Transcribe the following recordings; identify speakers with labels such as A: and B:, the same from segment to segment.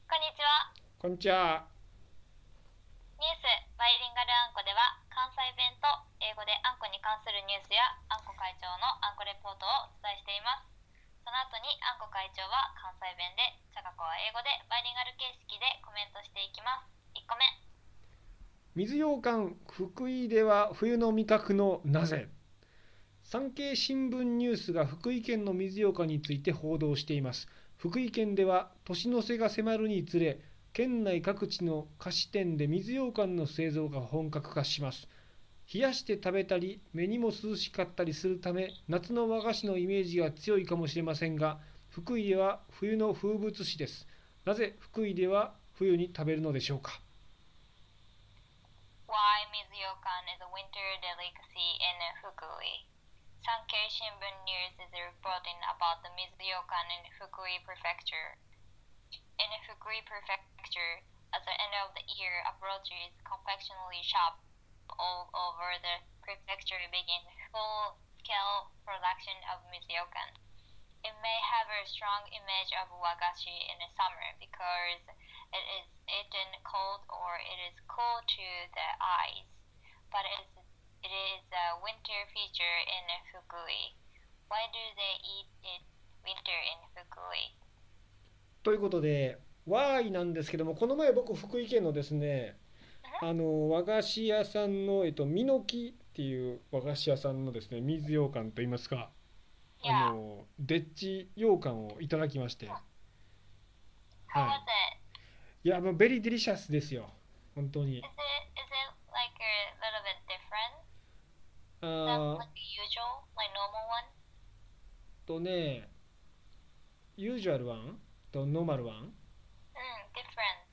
A: ちは。
B: こんにちは。
A: ニュースバイリンガルあんこでは関西弁と英語であんこに関するニュースやあんこ会長のあんこレポートをお伝えしています。その後にあんこ会長は関西弁で、ちゃかこは英語でバイリンガル形式でコメントしていきます。1個目、
B: 水羊羹福井では冬の味覚のなぜ産経新聞ニュースが福井県の水羊羹について報道しています福井県では年の瀬が迫るにつれ県内各地の菓子店で水羊羹の製造が本格化します冷やして食べたり目にも涼しかったりするため夏の和菓子のイメージが強いかもしれませんが福井では冬の風物詩ですなぜ福井では冬に食べるのでしょうか
A: Why Mizuyokan is a winter delicacy in Fukui. Sankei Shimbun News is reporting about the Mizuyokan in Fukui Prefecture. In Fukui Prefecture, as the end of the year approaches, confectionery shops all over the prefecture begin full-scale production of Mizuyokan. It may have a strong image of wagashi in the summer because it is eaten cold or it is cool to the eyes, but it is, it is a winter feature in Fukui. Why do they eat it winter in Fukui?
B: ということで、ワーイなんですけども、この前僕、福井県のですね、あの和菓子屋さんの、えっと、みのきっていう和菓子屋さんのですね、水羊羹といいますか、あ
A: Yeah.
B: のでっち羊羹をいただきまして、
A: How
B: Hi.
A: was it?
B: いや、もうベリーデリシャスですよ、本当
A: Is
B: に。
A: it is it like a little bit different than
B: あー
A: like the usual, like normal one?
B: とね、ユージュアルワンとノーマルワン、
A: Mm, different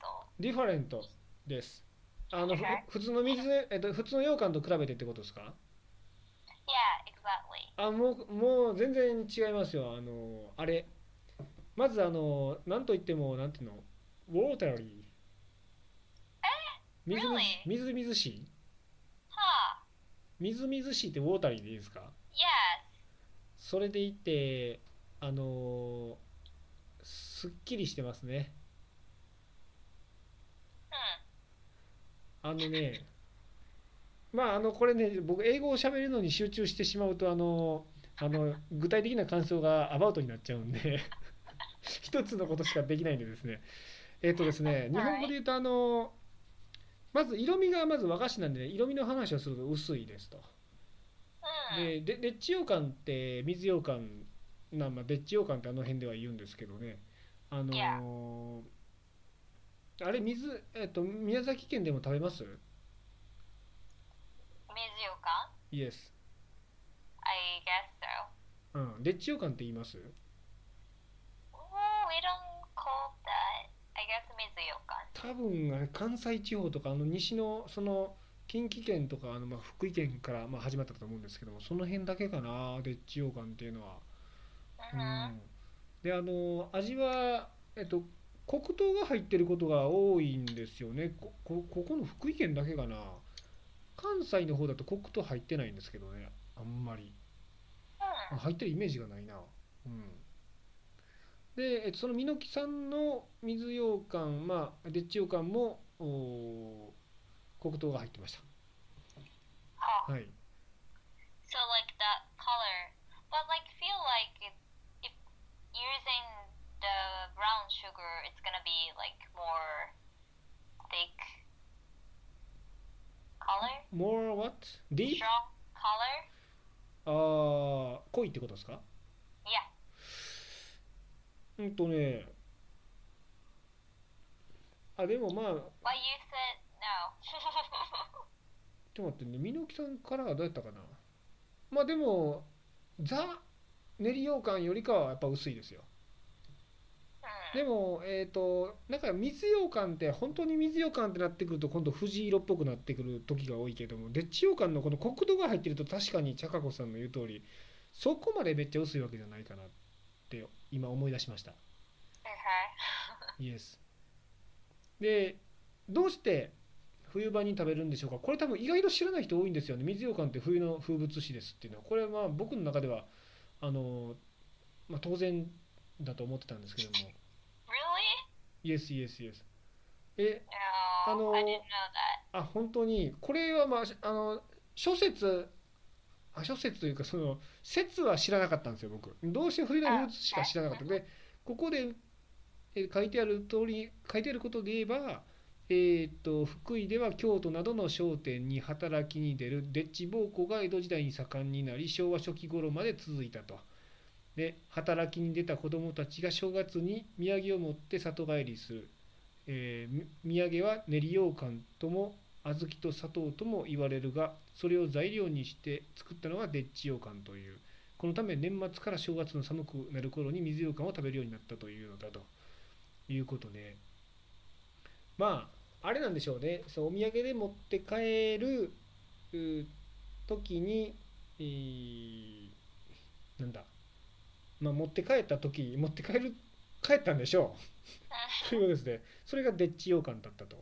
A: though.
B: ディファレントです。あのふ
A: Okay.
B: 普通の水、えっと、普通の羊羹と比べてってことですか
A: Yeah, exactly.
B: あもうもう全然違いますよあのあれまずあのなんといってもなんていうのウォータリーみずみず
A: really？
B: みずみずしい
A: Huh.
B: みずみずしいってウォータリーでいいですか
A: Yes.
B: それでいてあのすっきりしてますね
A: Hmm.
B: あのねまああのこれね僕英語を喋るのに集中してしまうとあのあの具体的な感想がアバウトになっちゃうんで 一つのことしかできないんでですねえっ、とですね
A: Alright.
B: 日本語で言うとあのまず色味がまず和菓子なんで、ね、色味の話をすると薄いですと
A: Hmm.
B: でででっち羊羹って水羊羹なまあでっち羊羹ってあの辺では言うんですけどねあのーあれ水えっ、と宮崎県でも食べます
A: Mizuyokan?
B: イエス
A: I guess so.
B: うん、でっちようかんって言います
A: Well, Mm, we don't call that. I guess Mizuyokan.
B: 多分あれ関西地方とかあの西のその近畿圏とかあのまあ福井県からまあ始まったと思うんですけどもその辺だけかなでっちようかんっていうのは。う
A: Mm-hmm.
B: ん、であの味は、えっと、黒糖が入ってることが多いんですよねここここの福井県だけかな関西の方だと黒糖入ってないんですけどねあんまり。
A: Hmm.
B: 入ってるイメージがないな。うん、で、えっとそのミきさんの水羊羹、まあ、でっち羊羹もおー黒糖が入ってまし
A: Huh.
B: た。はい、
A: So like that color, but like feel like if, if using the brown sugar, it's gonna be like more thick color,
B: More what? Deep?
A: strong color.
B: ああ、濃いってことですか
A: Yeah.
B: うんとね。あ、でもまあ、
A: What you said? No.
B: ちょっと待ってね、ミきさんからはどうやったかな。まあでも、ザ練り羊羹よりかはやっぱ薄いですよ。
A: hmm.
B: でも、えー、となんか水羊羹って本当に水羊羹ってなってくると今度藤色っぽくなってくる時が多いけどもでっち羊羹のこの黒糖が入ってると確かに茶香子さんの言う通りそこまでめっちゃ薄いわけじゃないかなって今思い出しました
A: Okay.
B: イエスでどうして冬場に食べるんでしょうかこれ多分意外と知らない人多いんですよね水羊羹って冬の風物詩ですっていうのはこれはまあ僕の中ではあの、まあ、当然だと思ってたんですけども
A: Really?
B: イエスイエスイエスえ
A: No, I didn't know that.
B: あ本当にこれはまあしあの諸説あ諸説というかその説は知らなかったんですよ僕どうして冬のフルーツしか知らなかったのでここでえ書いてある通り書いてあることで言えばえーっと福井では京都などの商店に働きに出るでっち奉公が江戸時代に盛んになり昭和初期頃まで続いたと。で働きに出た子どもたちが正月に土産を持って里帰りする、えーみ土産は練り羊羹とも小豆と砂糖とも言われるがそれを材料にして作ったのがでっち羊羹というこのため年末から正月の寒くなる頃に水羊羹を食べるようになったというのだということでまああれなんでしょうねそうお土産で持って帰るうー時に、えーなんだまあ、持って帰った時持って帰る帰ったんでしょうということですねそれがでっち羊羹だったと、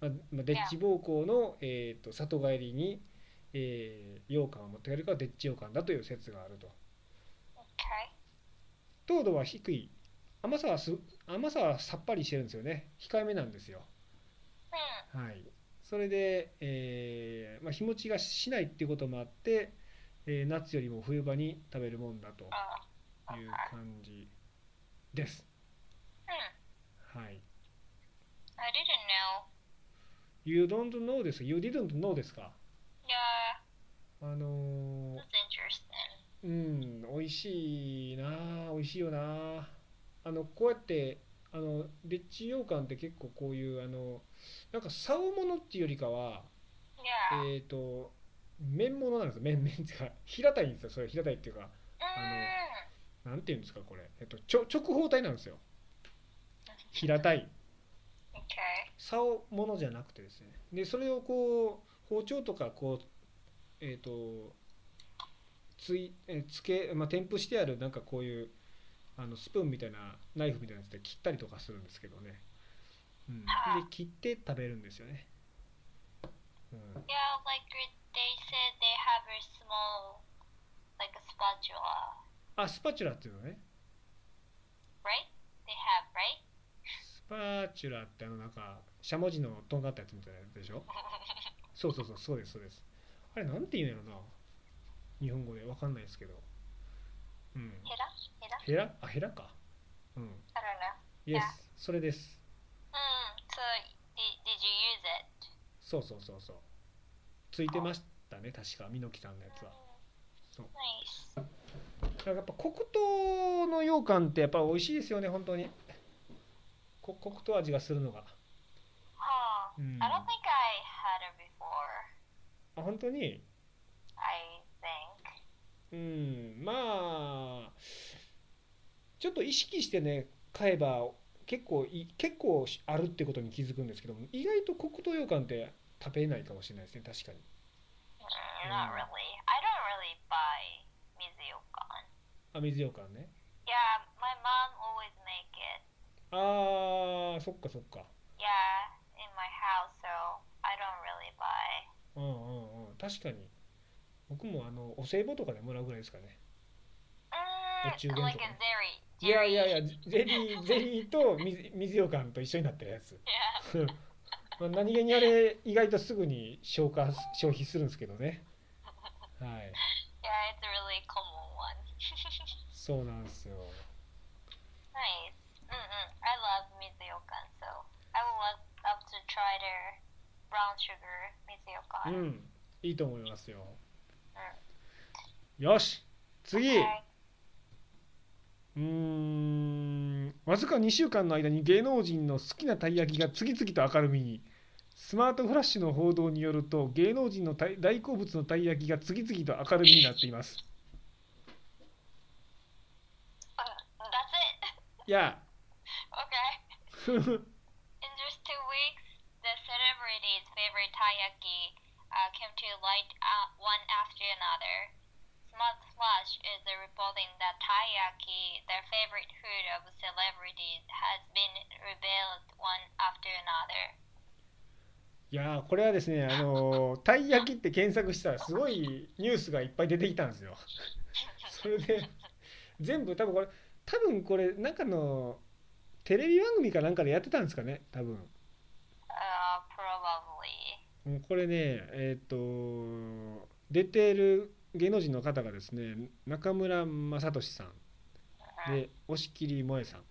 B: まあまあ、でっち奉公の、えー、と里帰りに、えー、羊羹を持って帰るからでっち羊羹だという説があると
A: Okay.
B: 糖度は低い甘さはす甘さはさっぱりしてるんですよね控えめなんですよ
A: Hmm.
B: はい、それで、えーまあ、日持ちがしないっていうこともあって、えー夏よりも冬場に食べるもんだと
A: Oh.
B: いう感じです。
A: Hmm.
B: はい、
A: I didn't know.
B: You don't know です。You didn't know ですか。
A: Yeah.
B: あの
A: That's interesting.
B: ーうん、美味しいなあ、美味しいよなあ。あの、こうやって、あの、でっち羊羹って結構こういう、あの、なんか、竿物っていうよりかは、
A: Yeah.
B: えっ、と、麺物なんですよ。麺、麺っていうか、平たいんですよ。それ平たいっていうか、
A: Mm.
B: なんていうんですか、これ。えっと、ちょ直方体なんですよ。平たい。
A: Okay.
B: 竿物じゃなくてですねでそれをこう包丁とかこうえっ、とついえーつけ、まあ、添付してあるなんかこういうあのスプーンみたいなナイフみたいなやつで切ったりとかするんですけどね、うん、で切って食べるんですよね、うん、
A: Yeah, like they said they have a small, like a spatula,
B: あスパチュラっていうのね
A: right? They have, right?
B: スパチュラってあのなんかしゃもじのとんがったやつみたいなやつでしょそうそうそうそうですそうですあれなんて言うんやろな日本語でわかんないですけどうん
A: ヘラヘラ
B: ヘラあヘラかうん
A: I don't know.
B: イエ
A: いや
B: スそれです
A: Hmm. So did, did you use it?
B: そうそうそうそうついてましたね確かミ木さんのやつは
A: Mm,
B: そう
A: nice.
B: だからやっぱ黒糖の羊羹ってやっぱ美味しいですよね本当にこ黒糖味がするのが
A: Huh.
B: Mm.
A: I don't think I had it before.
B: あ本当に
A: I think.
B: うんまあちょっと意識してね買えば結構い結構あるってことに気づくんですけども意外と黒糖羊羹って食べれないかもしれないですね確かに
A: Mm, Not
B: Mm.
A: really. I don't really buy mizuyokan.
B: あ水羊羹ね
A: Yeah, my mom always make it.
B: あーそっかそっか
A: Yeah, in my house, so I don't really buy.
B: うんうんうん確かに僕もあのお歳暮とかでもらうぐらいですかね
A: Mm,
B: What you going
A: like
B: to
A: a
B: buy?
A: zeri.
B: いやいや
A: Jerry.
B: いやゼリーゼリーと水水羊羹と一緒になってるやつ
A: Yeah.
B: まあ何気にあれ意外とすぐに消化消費するんですけどねはい
A: Yeah, it's a really common one.
B: そうなんですよ
A: nice. Mm-mm. I love mizuyokan, so I would love, love to try their brown sugar
B: う
A: mizuyokan.
B: んいいと思いますよよし次
A: Okay.
B: うーんわずか2週間の間に芸能人の好きなたい焼きが次々と明るみにスマートフラッシュの報道によると芸能人のたい大好物のたい焼きが次々と明るみになっています
A: Uh, that's it.
B: いや
A: Okay. In just two weeks, the celebrity's favorite taiyaki uh, came to light uh, one after another. Smart Flash is reporting that taiyaki, their favorite food of celebrities, has been revealed one after another.
B: いやーこれはですねあのーたい焼きって検索したらすごいニュースがいっぱい出てきたんですよ
A: Uh,
B: それで全部多分これ多分これなんかのテレビ番組かなんかでやってたんですかね多分もうこれねえっ、と出てる芸能人の方がですね中村雅俊さんで押切萌さん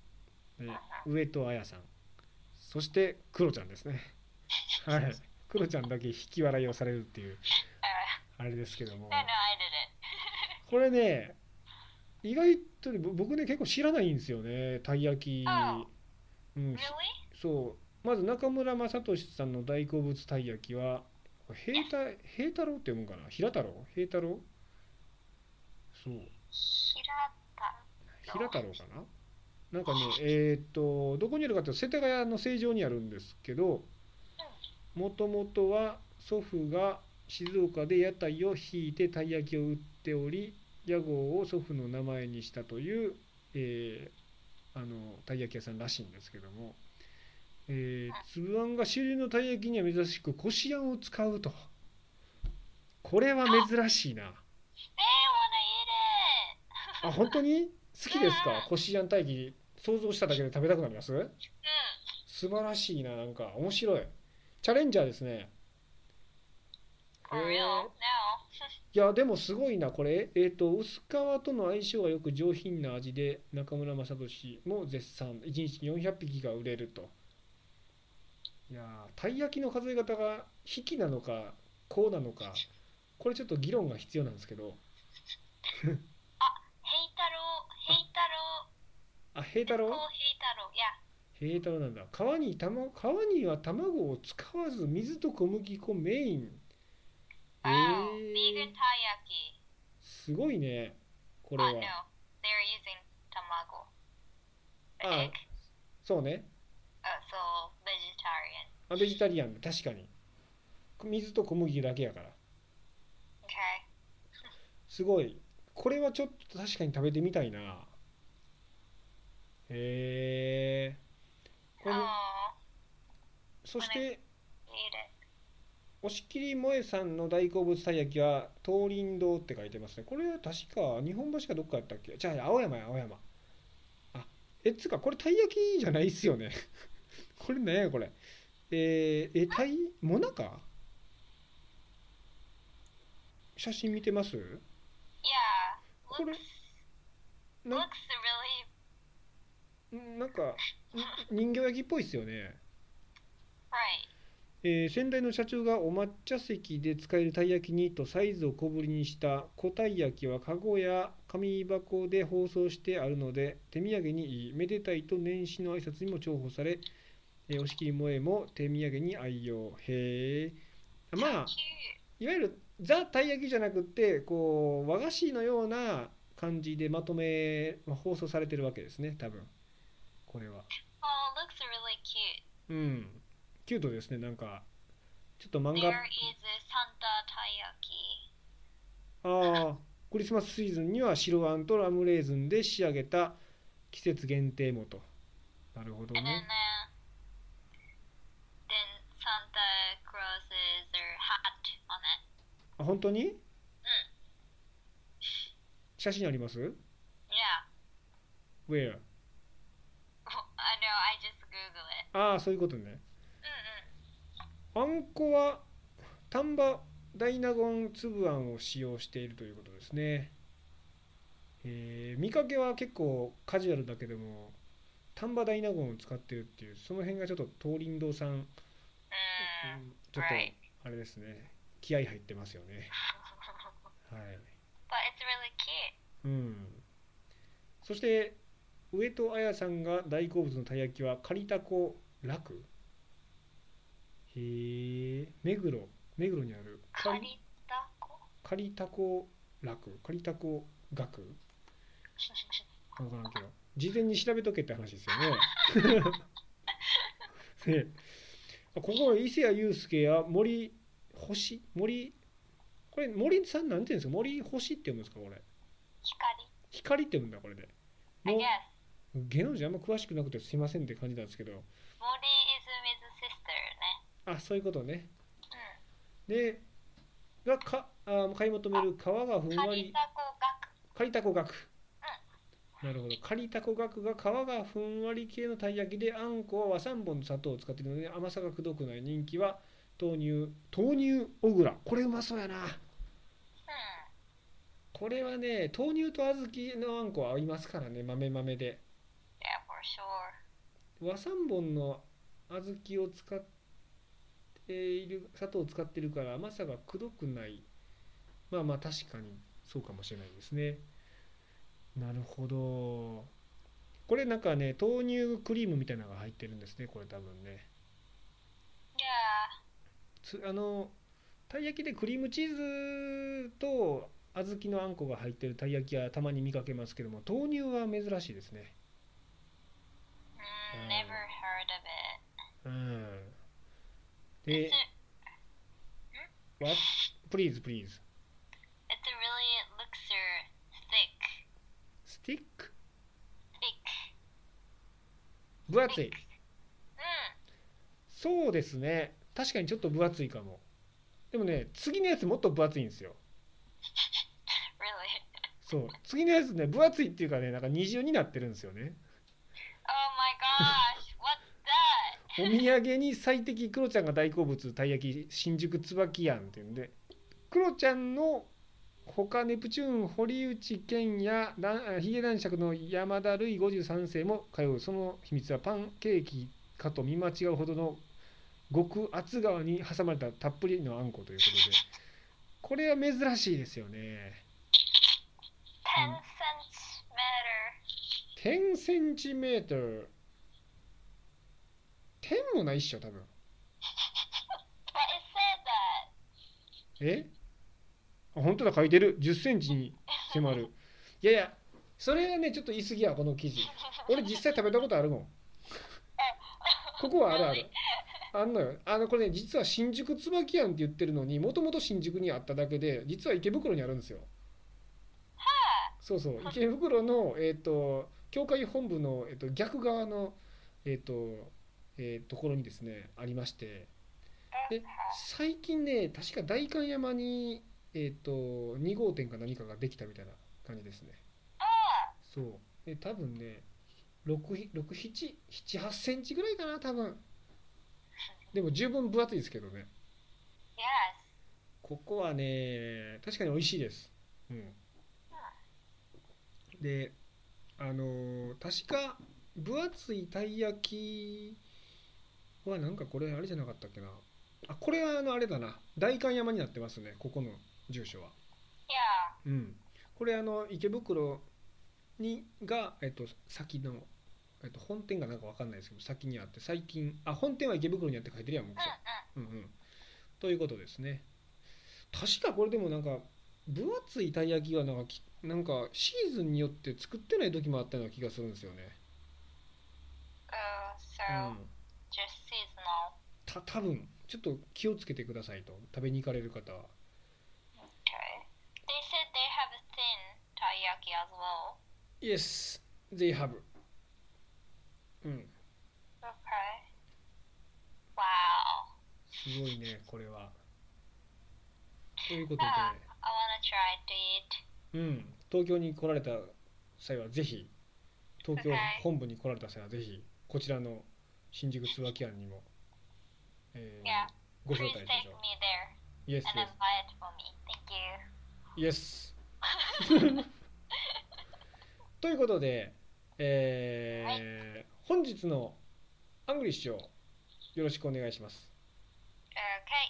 B: で上戸彩さんそしてクロちゃんですねはいクロちゃんだけ引き笑いをされるっていう
A: Uh,
B: あれですけども
A: no, no, I didn't.
B: これね意外とねぼ僕ね結構知らないんですよねたい焼き
A: あ、
B: うん、
A: Really?
B: そうまず中村雅俊さんの大好物たい焼きは平太平太郎って読むかな平太郎平太郎そう
A: Hirata.
B: 平太郎かななんかねえっ、とどこにあるかっていうと世田谷の成城にあるんですけどもともとは祖父が静岡で屋台を引いてたい焼きを売っており屋号を祖父の名前にしたという、えーあのたい焼き屋さんらしいんですけども、えー、粒あんが主流のたい焼きには珍しくこしあんを使うとこれは珍しいな
A: They wanna eat it.
B: あ本当に好きですか
A: うん
B: こしあんたい焼き想像しただけで食べたくなります
A: Mm.
B: 素晴らしいななんか面白いチャレンジャーですね
A: For real? No.
B: いやでもすごいなこれえっ、と薄皮との相性がよく上品な味で中村雅俊も絶賛1日400匹が売れるといやーたい焼きの数え方が引きなのかこうなのかこれちょっと議論が必要なんですけど
A: Heitaro, Heitaro,
B: あ平
A: it's
B: 太郎
A: called Heitaro. Yeah.
B: 平太郎なんだ皮にた、ま、皮には卵を使わず水と小麦粉メイン
A: Wow.
B: えー
A: Vegan taiyaki.
B: すごいねこれ
A: Oh
B: は
A: no, they're using tamago. The
B: Ah.
A: egg.
B: そうね
A: Uh, so vegetarian.
B: あベジタリアン確かに水と小麦だけやから
A: Okay.
B: すごいこれはちょっと確かに食べてみたいなへえこれ
A: Oh,
B: そして、
A: eat it.
B: 押切萌さんの大好物たい焼きは東林堂って書いてますねこれは確か日本橋かどっかやったっけじゃあ青山や青山あえつうかこれたい焼きじゃないっすよね これねこれえー、えたいもなか写真見てます
A: Yeah.
B: これ
A: Looks
B: な
A: looks really
B: なんかん人形焼きっぽいっすよね
A: right.
B: えー先代の社長がお抹茶席で使えるたい焼きにとサイズを小ぶりにした小たい焼きは籠や紙箱で包装してあるので手土産にいいめでたいと年始の挨拶にも重宝され、えー、押切萌えも手土産に愛用へえまあ
A: So cute.
B: いわゆるザたい焼きじゃなくってこう和菓子のような感じでまとめ、まあ放送されてるわけですね多分これは
A: Oh, looks really cute.
B: うんキュートですねなんかちょっと漫画
A: There is a Santa taiyaki.
B: ああ、クリスマスシーズンには白あんとラムレーズンで仕上げた季節限定もと。なるほど
A: And then
B: ね。
A: uh, then Santa Claus is their hat on it.
B: あ、本当に写真あります
A: Yeah.
B: ?Where?
A: I know, I just Google it.
B: ああ、そういうことね。
A: Mm-mm.
B: あんこは丹波ダイナゴン粒あんを使用しているということですね。えー見かけは結構カジュアルだけども、丹波ダイナゴンを使ってるっていう、その辺がちょっと東林堂さん、
A: Mm.
B: ちょっと
A: Right.
B: あれですね、気合入ってますよね。は
A: but
B: い。
A: it's really cute.
B: うん、そして上戸彩さんが大好物のたい焼きはカリタコ楽へえ目黒目黒にある
A: Um,
B: カリ
A: Karitako?
B: カリタコ楽カリタコ楽わからんけど事前に調べとけって話ですよ ねねあここは伊勢谷友介や森星森これ森さんなんて言うんですか森星って読むんですかこれ
A: Hikari?
B: 光って読むんだこれで
A: I
B: もう
A: guess.
B: 芸能人あんま詳しくなくてすいませんって感じなんですけど
A: Mori Izumi's sister, ne?
B: あそういうことね
A: Mm.
B: でがかあ買い求める皮がふんわり
A: Karitako gaku.
B: 借りたこ額なるほど借りたこ額が皮がふんわり系のたい焼きであんこは和三本の砂糖を使っているので甘さがくどくない人気は豆乳豆乳小倉これうまそうやな
A: うん。
B: これはね豆乳と小豆のあんこは合いますからね豆豆で
A: Yeah, for sure.
B: 和三本の小豆を使っている砂糖を使ってるから甘さがくどくないまあまあ確かにそうかもしれないですねなるほどこれなんかね豆乳クリームみたいなのが入ってるんですねこれ多分ね
A: Yeah.
B: つあのたい焼きでクリームチーズと小豆のあんこが入ってるたい焼きはたまに見かけますけども豆乳は珍しいですね
A: Mm,
B: Mm.
A: never heard of it.
B: うんで
A: It's a,
B: わプリーズプリーズ
A: it's a really elixir, thick,
B: スティック
A: thick,
B: 分厚い
A: thick. Mm.
B: そうですね確かにちょっと分厚いかもでもね次のやつもっと分厚いんですよ
A: Really?
B: そう次のやつね分厚いっていうかねなんか二重になってるんですよね
A: Oh my gosh, what's that?
B: お土産に最適クロちゃんが大好物たい焼き新宿椿やんっていうんでクロちゃんの他ネプチューン堀内健やだヒゲ男爵の山田るい53世も通うその秘密はパンケーキかと見間違うほどの極厚側に挟まれたたっぷりのあんこということでこれは珍しいですよね
A: Ten
B: Mm.
A: cents matter.
B: 10センチメートル10もないっしょ多分
A: But it said that.
B: えあ本当だ書いてる1 0ンチに迫るいやいやそれはねちょっと言い過ぎやこの記事俺実際食べたことあるもんここはあるあるあんのよあのこれね実は新宿椿庵って言ってるのにもともと新宿にあっただけで実は池袋にあるんですよそうそう池袋のえっ、と教会本部の、えっと逆側のえっ、とえーところにですねありましてで
A: Okay.
B: 最近ね確か代官山に、えー、と2号店か何かができたみたいな感じですね
A: Ah,
B: そうで多分ね678センチぐらいかな多分でも十分分厚いですけどね
A: yes.
B: ここはね確かに美味しいですうんであのー確か分厚いたい焼きはなんかこれあれじゃなかったっけなあこれはあのあれだな代官山になってますねここの住所は
A: Yeah.
B: うんこれあの池袋にが、えっと、先の、えっと、本店がなんかわかんないですけど先にあって最近あ本店は池袋にあって書いてるやんもう
A: Mm, mm.
B: うんうん、ということですね確かこれでもなんか分厚いたい焼きはなんかきなんかシーズンによって作ってない時もあったような気がするんですよね、
A: Oh,
B: う
A: so
B: ん、
A: just seasonal.
B: た多分ちょっと気をつけてくださいと食べに行かれる方は
A: Okay. They said they have a thin taiyaki as well.
B: Yes they have うん
A: Okay. Wow.
B: すごいねこれはということで
A: I wanna try to eat.
B: うん、東京に来られた際はぜひ東京
A: Okay.
B: 本部に来られた際はぜひこちらの新宿椿庵にも、えー
A: Yeah.
B: ご招
A: Please
B: 待で
A: take
B: しょ
A: me there
B: う。Yes,
A: and then buy it for me. Thank you.
B: yes, yes. ということで、えー本日のアングリッシュをよろしくお願いします。
A: Okay.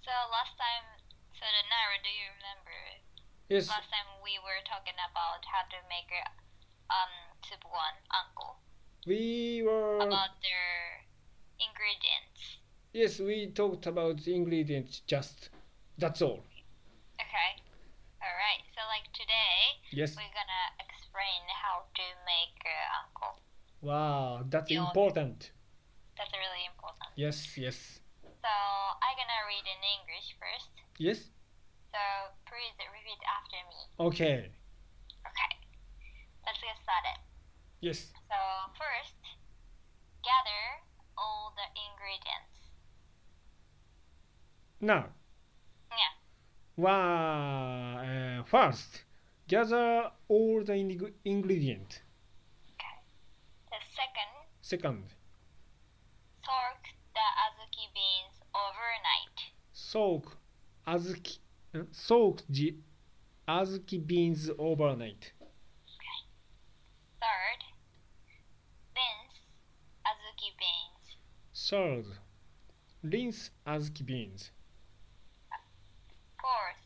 A: So last time, so the Naira, do you remember?
B: Yes,
A: Last time we were talking about how to make a um soup one uncle
B: we were,
A: about their ingredients.
B: yes, we talked about the ingredients just, that's all.
A: Okay. All right. So like today,
B: Yes,
A: we're gonna explain how to make uh, uncle.
B: wow, that's
A: Yeah.
B: important.
A: That's really important.
B: Yes, yes,
A: So I'm gonna read in English first.
B: yes.
A: So please repeat after me.
B: Okay.
A: Okay. Let's get started.
B: Yes.
A: So first, gather all the ingredients.
B: Now.
A: Yeah.
B: Wow. Uh, first, gather all the ing- ingredient.
A: The second,
B: Second,
A: soak the azuki beans overnight.
B: ソーク、あずき、んソークじ、あずきビーンズオーバーナイト。
A: Third, beans, azuki beans.
B: Third, rinse あずきビーンズ。
A: Fourth,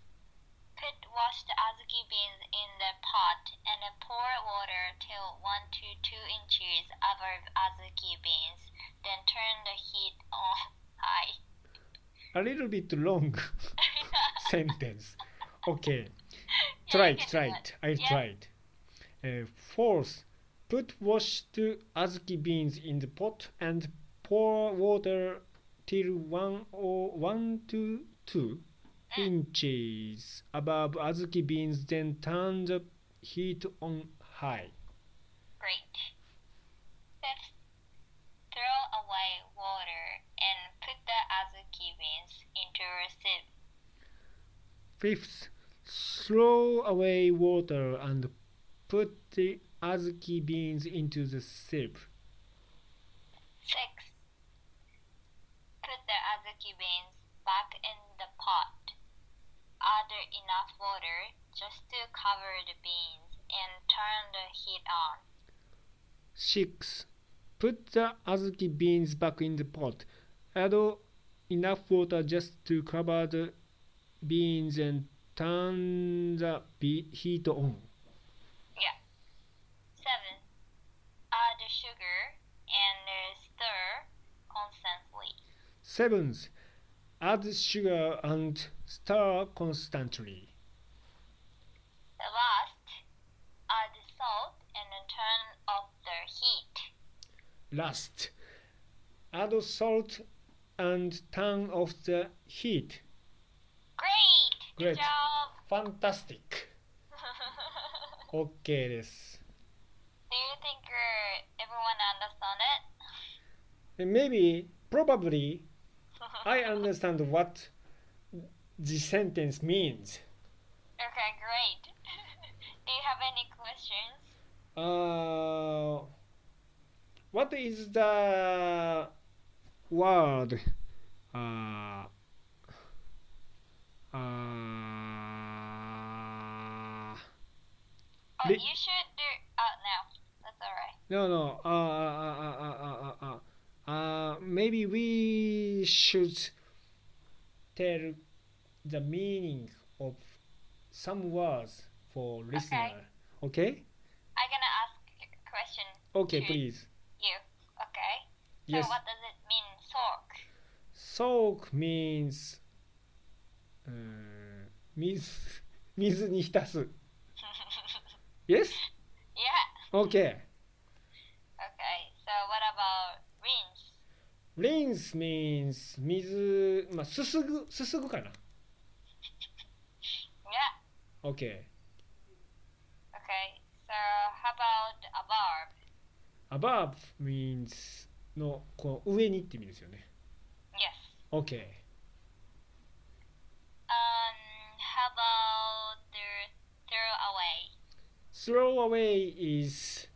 A: put washed azuki beans in the pot and pour water till 1 to 2 inches above azuki beans, then turn the heat on high.
B: A little bit long sentence. Okay. Try it, try it. I'll
A: Yeah.
B: try it. Uh, fourth, put washed azuki beans in the pot and pour water till one or one to two inches above azuki beans, then turn the heat on high.
A: Great. Fifth, throw away water and put the azuki beans into a sieve.
B: Fifth, throw away water and put the azuki beans into the sieve.
A: Six, put the azuki beans back in the pot. Add enough water just to cover the beans and turn the heat on.
B: 6. Put the azuki beans back in the pot. Add enough water just to cover the beans and turn the be- heat on.
A: Seven, add sugar and uh, stir constantly.
B: 7. Add sugar and stir constantly.
A: The last, add salt and turn off the heat.
B: Last. Add salt and turn off the heat.
A: Great!
B: Great.
A: Good job!
B: Fantastic!
A: Do
B: ケーです。
A: you think uh, everyone understand it?
B: Maybe, probably, I understand what the sentence means.
A: Okay, great. Do you have any questions?
B: Uh, what is the word? Uh, uh,
A: Oh,
B: Li-
A: you should do. Oh, no, that's alright.
B: no, no. Uh, uh, uh, uh, uh, uh, uh, maybe we should tell the meaning of some words for listener. Okay?
A: I'm gonna ask a question.
B: Okay,
A: to
B: please.
A: You. Okay.
B: Yes.
A: So, what does it mean, soak?
B: Soak means うーん水 水に浸す。Yes?
A: yeah.
B: Okay.
A: Okay, so what about rinse?
B: Rinse means 水、まあ、すすぐ、すすぐかな。
A: Yeah. Okay,
B: Okay.
A: so how about a verb?
B: Above means のこの上にって意味ですよね。
A: Yes.
B: Okay.
A: Um, how about the throw away?
B: Throw away is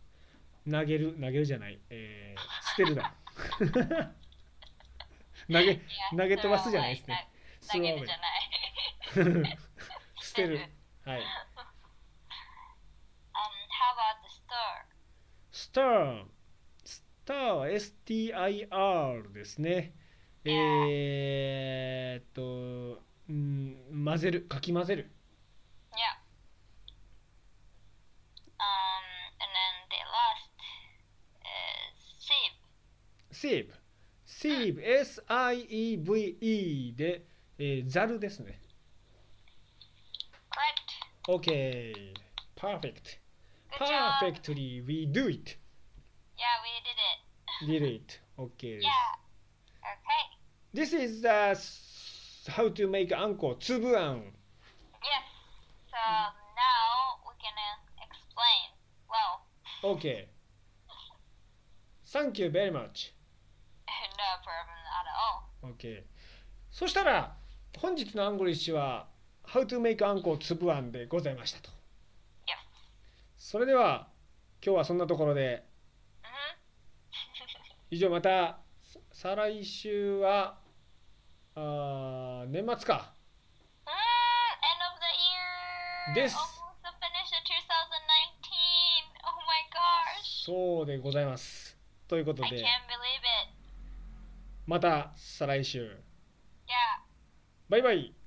B: 投げる、投げるじゃない。えー、捨て るだ。 投げ、
A: Yeah,
B: 投げ飛ば
A: throw
B: すじゃな
A: away.
B: いですね。
A: な投
B: throw
A: げ
B: away
A: るじゃない。
B: 捨てる。はい。
A: Um, how about the store?
B: stir stir STIR ですねえー、っと、うん、混ぜるかき混ぜる
A: Yeah. Um, and then the last is sieve.
B: sieve sieve SIEVE で、えー、ざるですね
A: Correct.
B: OK perfect
A: Good job.
B: perfectly we do it
A: Yeah, we did it.
B: did it OK です
A: Yeah. Okay.
B: This is the s- how to make あんこ粒あん
A: Yes. So now we're gonna explain. Well,
B: OK Thank you very much
A: no problem at all.
B: OK そしたら本日のアンゴリッシュは「How to make あんこつぶあん」でございましたと
A: Yes.
B: それでは今日はそんなところで
A: Mhm.
B: 以上またさ再来週はあー年末か
A: Mm, end of the year. almost the
B: This-
A: finish of 2019. Oh my gosh.
B: そうでございますということ
A: I
B: で
A: can't believe it.
B: また再来週
A: Yeah.
B: バイバイ